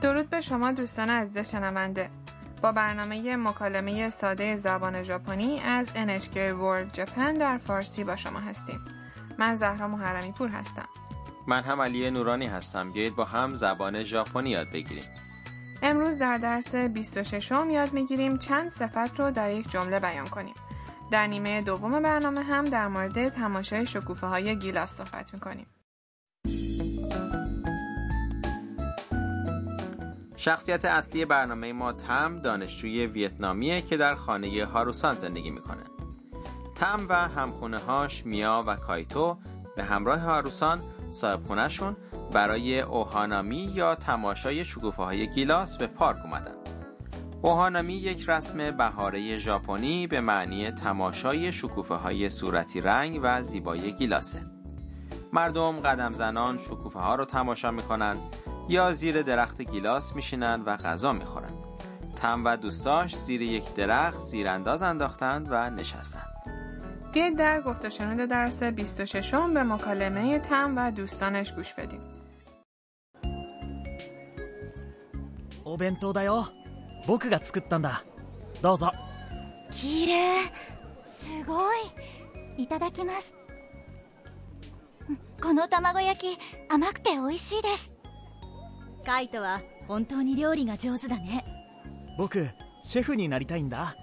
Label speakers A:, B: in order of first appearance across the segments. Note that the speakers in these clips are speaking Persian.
A: درود به شما دوستان عزیز شنونده با برنامه مکالمه ساده زبان ژاپنی از NHK World Japan در فارسی با شما هستیم من زهرا محرمی پور هستم
B: من هم علی نورانی هستم بیایید با هم زبان ژاپنی یاد بگیریم
A: امروز در درس 26 م یاد میگیریم چند صفت رو در یک جمله بیان کنیم در نیمه دوم برنامه هم در مورد تماشای شکوفه های گیلاس صحبت میکنیم
B: شخصیت اصلی برنامه ما تم دانشجوی ویتنامیه که در خانه هاروسان زندگی میکنه تم و همخونه هاش میا و کایتو به همراه هاروسان صاحب خونهشون برای اوهانامی یا تماشای شکوفه های گیلاس به پارک اومدن اوهانامی یک رسم بهاره ژاپنی به معنی تماشای شکوفه های صورتی رنگ و زیبایی گیلاسه مردم قدم زنان شکوفه ها رو تماشا میکنن یا زیر درخت گیلاس میشینن و غذا میخورن تم و دوستاش زیر یک درخت زیرانداز انداختند و نشستند
A: بیایید در گفت و شنود درس 26 م به مکالمه تم و دوستانش گوش بدیم
C: お弁当だよ僕が作ったんだどうぞ
D: 綺麗すごいいただきますこの卵焼き甘くて美味しいですカイトは本当に料理が上手だね
C: 僕シェフになりたいんだ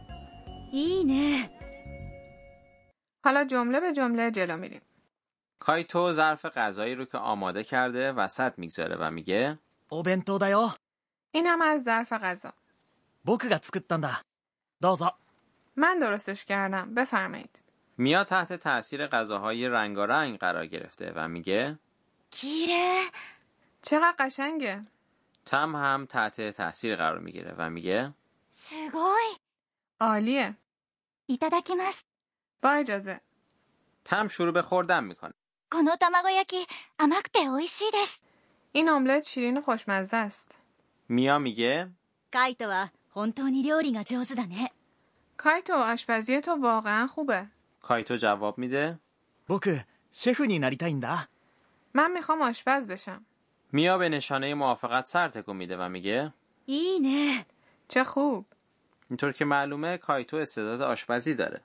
D: いいね
A: حالا جمله به جمله جلو میریم
B: کایتو ظرف غذایی رو که آماده کرده وسط میگذاره و میگه
C: お弁当だよ
A: این هم از ظرف غذا
C: 僕が作ったんだどうぞ
A: من درستش کردم بفرمایید
B: میا تحت تاثیر غذاهای رنگارنگ قرار گرفته و میگه
D: 綺麗
A: چقدر قشنگه
B: تم هم تحت تاثیر قرار میگیره و میگه
D: すごい
A: عالیه
D: いただきます
A: با اجازه
B: تم شروع به خوردن میکنه
D: この卵焼き甘くて美味しいです
A: این املت شیرین و خوشمزه است
B: میا میگه
D: カイトは本当に料理が上手だね
A: کایتو آشپزی تو واقعا خوبه
B: کایتو جواب میده
C: 僕シェフになりたいんだ
A: من میخوام آشپز بشم
B: میا به نشانه موافقت سر تکون میده و میگه
D: いいね
A: چه خوب
B: اینطور که معلومه کایتو استعداد آشپزی داره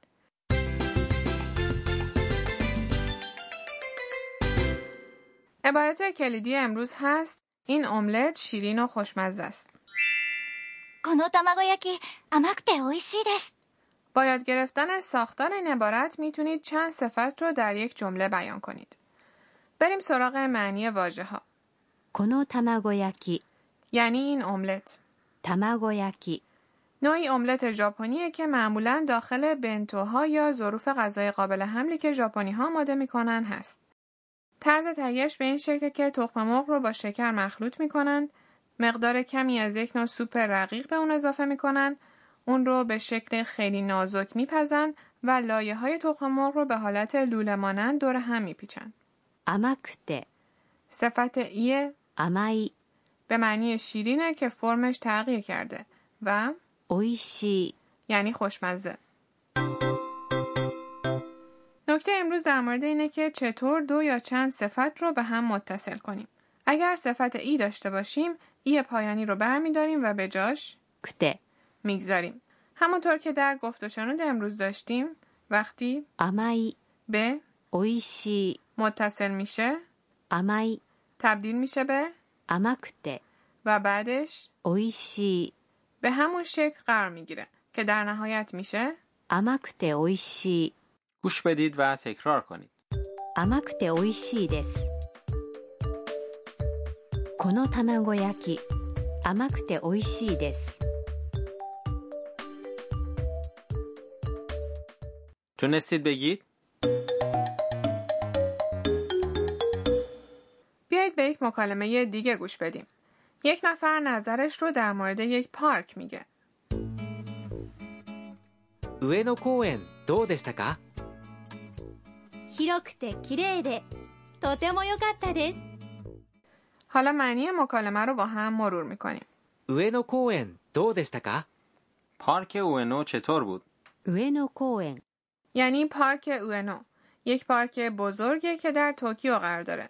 A: عبارت کلیدی امروز هست این املت شیرین و خوشمزه است
D: この卵焼き甘くて美味しいです
A: با یاد گرفتن ساختار این عبارت میتونید چند صفت رو در یک جمله بیان کنید بریم سراغ معنی واژه ها
E: この卵焼き
A: یعنی این املت
E: 卵焼き
A: نوعی املت ژاپنیه که معمولا داخل بنتوها یا ظروف غذای قابل حملی که ژاپنی ها آماده میکنن هست. طرز تهیهش به این شکل که تخم مرغ رو با شکر مخلوط میکنن، مقدار کمی از یک نوع سوپ رقیق به اون اضافه میکنن، اون رو به شکل خیلی نازک میپزن و لایه های تخم مرغ رو به حالت لوله مانند دور هم میپیچن.
E: 甘くて
A: صفت ایه
E: 甘い
A: به معنی شیرینه که فرمش تغییر کرده و
E: 美味しい
A: یعنی خوشمزه. نکته امروز در مورد اینه که چطور دو یا چند صفت رو به هم متصل کنیم. اگر صفت ای داشته باشیم، ای پایانی رو برمیداریم و به جاش
E: くて
A: میگذاریم. همونطور که در گفت و شنود امروز داشتیم، وقتی
E: 甘い
A: به
E: 美味しい
A: متصل میشه،
E: 甘い
A: تبدیل میشه به
E: 甘くて
A: و بعدش
E: 美味しい
A: به همون شکل قرار میگیره که در نهایت میشه
E: 甘くて美味しい
B: گوش بدید و تکرار کنید
E: 甘くて美味しいですこの卵焼き甘くて美味しいです
B: تونستید بگید
A: بیایید به یک مکالمه دیگه گوش بدیم. یک نفر نظرش رو در مورد یک پارک میگه.
F: 上野公園どうでしたか
D: 広くて綺麗でとても良かったです
A: حالا معنی مکالمه رو با هم مرور میکنیم.
F: 上野公園どうでしたか
B: پارک اوئنو چطور بود
E: 上野公園
A: یعنی پارک اوئنو، یک پارک بزرگه که در توکیو قرار داره.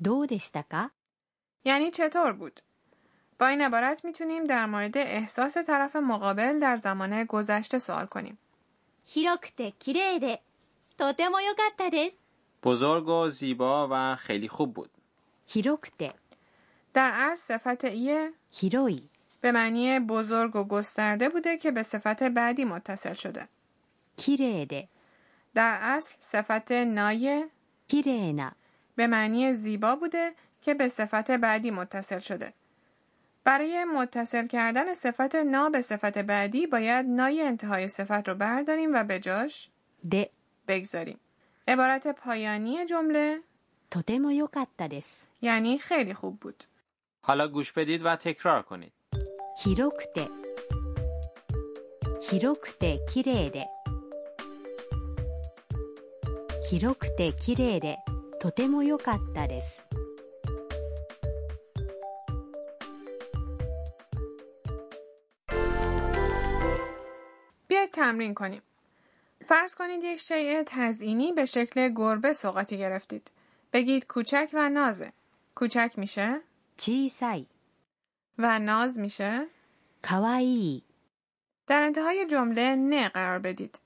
E: どうでしたか
A: یعنی چطور بود؟ با این عبارت میتونیم در مورد احساس طرف مقابل در زمان گذشته سوال کنیم.
D: 広くて綺麗でとても良かったです
B: بزرگ و زیبا و خیلی خوب بود
E: 広くて
A: در اصل صفت ایه
E: 広い
A: به معنی بزرگ و گسترده بوده که به صفت بعدی متصل شده.
E: 綺麗で
A: در اصل صفت نایه
E: 綺麗な
A: به معنی زیبا بوده که به صفت بعدی متصل شده. برای متصل کردن صفت نا به صفت بعدی باید نای انتهای صفت رو برداریم و به جاش
E: で
A: بگذاریم. عبارت پایانی جمله
E: とても良かったです
A: یعنی خیلی خوب بود.
B: حالا گوش بدید و تکرار کنید
E: 広くて広くて綺麗で広くて綺麗でとても良かったです
A: بیاید تمرین کنیم. فرض کنید یک شیء تزئینی به شکل گربه سوغاتی گرفتید. بگید کوچک و نازه. کوچک میشه
E: 小さい
A: و ناز میشه
E: かわいい
A: در انتهای جمله نه قرار بدید.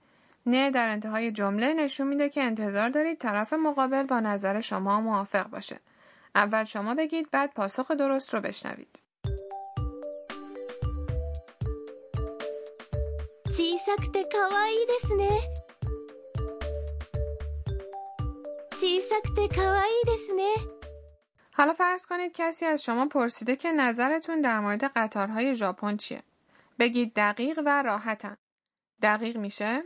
A: نه در انتهای جمله نشون میده که انتظار دارید طرف مقابل با نظر شما موافق باشه. اول شما بگید بعد پاسخ درست رو بشنوید.
D: 小さくて可愛いですね小さくて可愛いですね
A: حالا فرض کنید کسی از شما پرسیده که نظرتون در مورد قطارهای ژاپن چیه؟ بگید دقیق و راحتن. دقیق میشه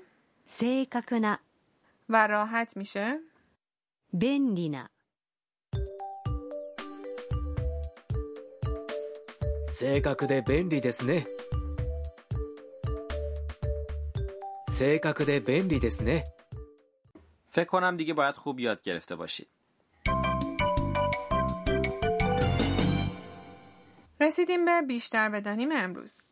E: 正確な
A: و راحت میشه
E: 便利な
F: 正確で便利ですね正確で便利ですね
B: فکر کنم دیگه باید خوب یاد گرفته باشید
A: رسیدیم به بیشتر بدانیم امروز.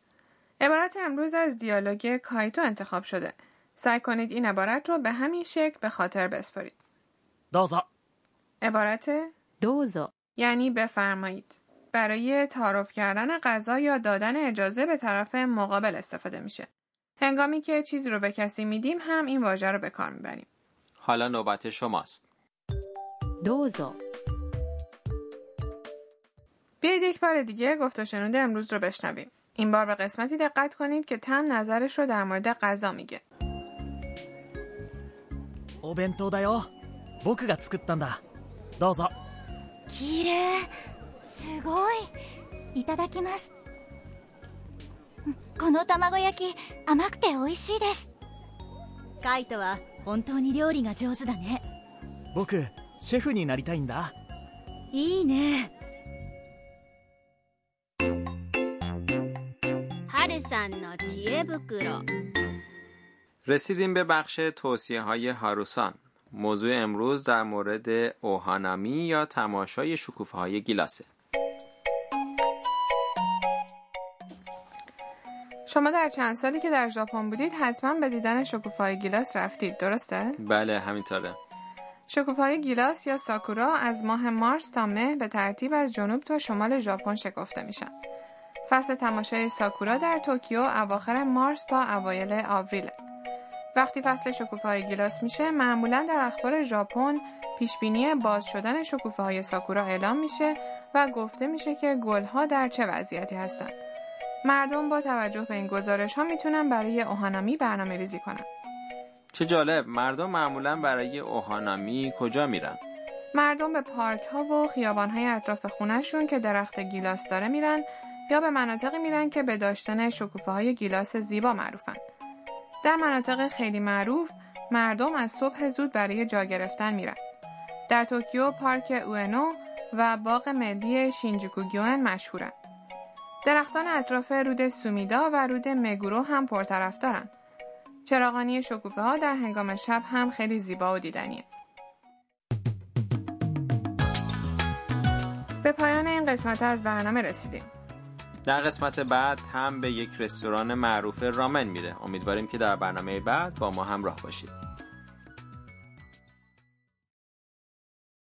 A: عبارت امروز از دیالوگ کایتو انتخاب شده. سعی کنید این عبارت رو به همین شکل به خاطر بسپارید.
C: どうぞ
A: عبارت
E: どうぞ
A: یعنی بفرمایید. برای تعارف کردن غذا یا دادن اجازه به طرف مقابل استفاده میشه. هنگامی که چیزی رو به کسی میدیم هم این واژه رو به کار میبریم.
B: حالا نوبت شماست
E: どうぞ
A: بیایید یک بار دیگه گفت و شنود امروز رو بشنویم. این بار به قسمتی دقت کنید که تم نظرش رو در مورد غذا میگه.
C: お弁当だよ僕が作ったんだどうぞ
D: 綺麗すごいいただきますこの卵焼き甘くて美味しいですカイトは本当に料理が上手だね
C: 僕シェフになりたいんだ
D: いいねはるさんの知恵袋
B: رسیدیم به بخش توصیه های هاروسان موضوع امروز در مورد اوهانامی یا تماشای شکوفه های گیلاسه
A: شما در چند سالی که در ژاپن بودید حتما به دیدن شکوفه‌های گیلاس رفتید درسته
B: بله همینطوره
A: شکوفه‌های گیلاس یا ساکورا از ماه مارس تا مه به ترتیب از جنوب تا شمال ژاپن شکفته میشن فصل تماشای ساکورا در توکیو اواخر مارس تا اوایل آوریله وقتی فصل شکوفه‌های گیلاس میشه معمولا در اخبار ژاپن پیشبینی باز شدن شکوفه‌های ساکورا اعلام میشه و گفته میشه که گلها در چه وضعیتی هستند مردم با توجه به این گزارش ها میتونن برای اوهانامی برنامه ریزی کنن.
B: چه جالب مردم معمولا برای اوهانامی کجا میرن
A: مردم به پارک ها و خیابان های اطراف خونهشون که درخت گیلاس داره میرن یا به مناطقی میرن که به داشتن شکوفه های گیلاس زیبا معروفن. در مناطق خیلی معروف مردم از صبح زود برای جا گرفتن میرن. در توکیو پارک اوئنو و باغ ملی شینجوکو گیوئن مشهورن. درختان اطراف رود سومیدا و رود مگورو هم پرطرفدارن. چراغانی شکوفه ها در هنگام شب هم خیلی زیبا و دیدنیه. به پایان این قسمت از برنامه رسیدیم.
B: در قسمت بعد هم به یک رستوران معروف رامن میره امیدواریم که در برنامه بعد با ما همراه باشید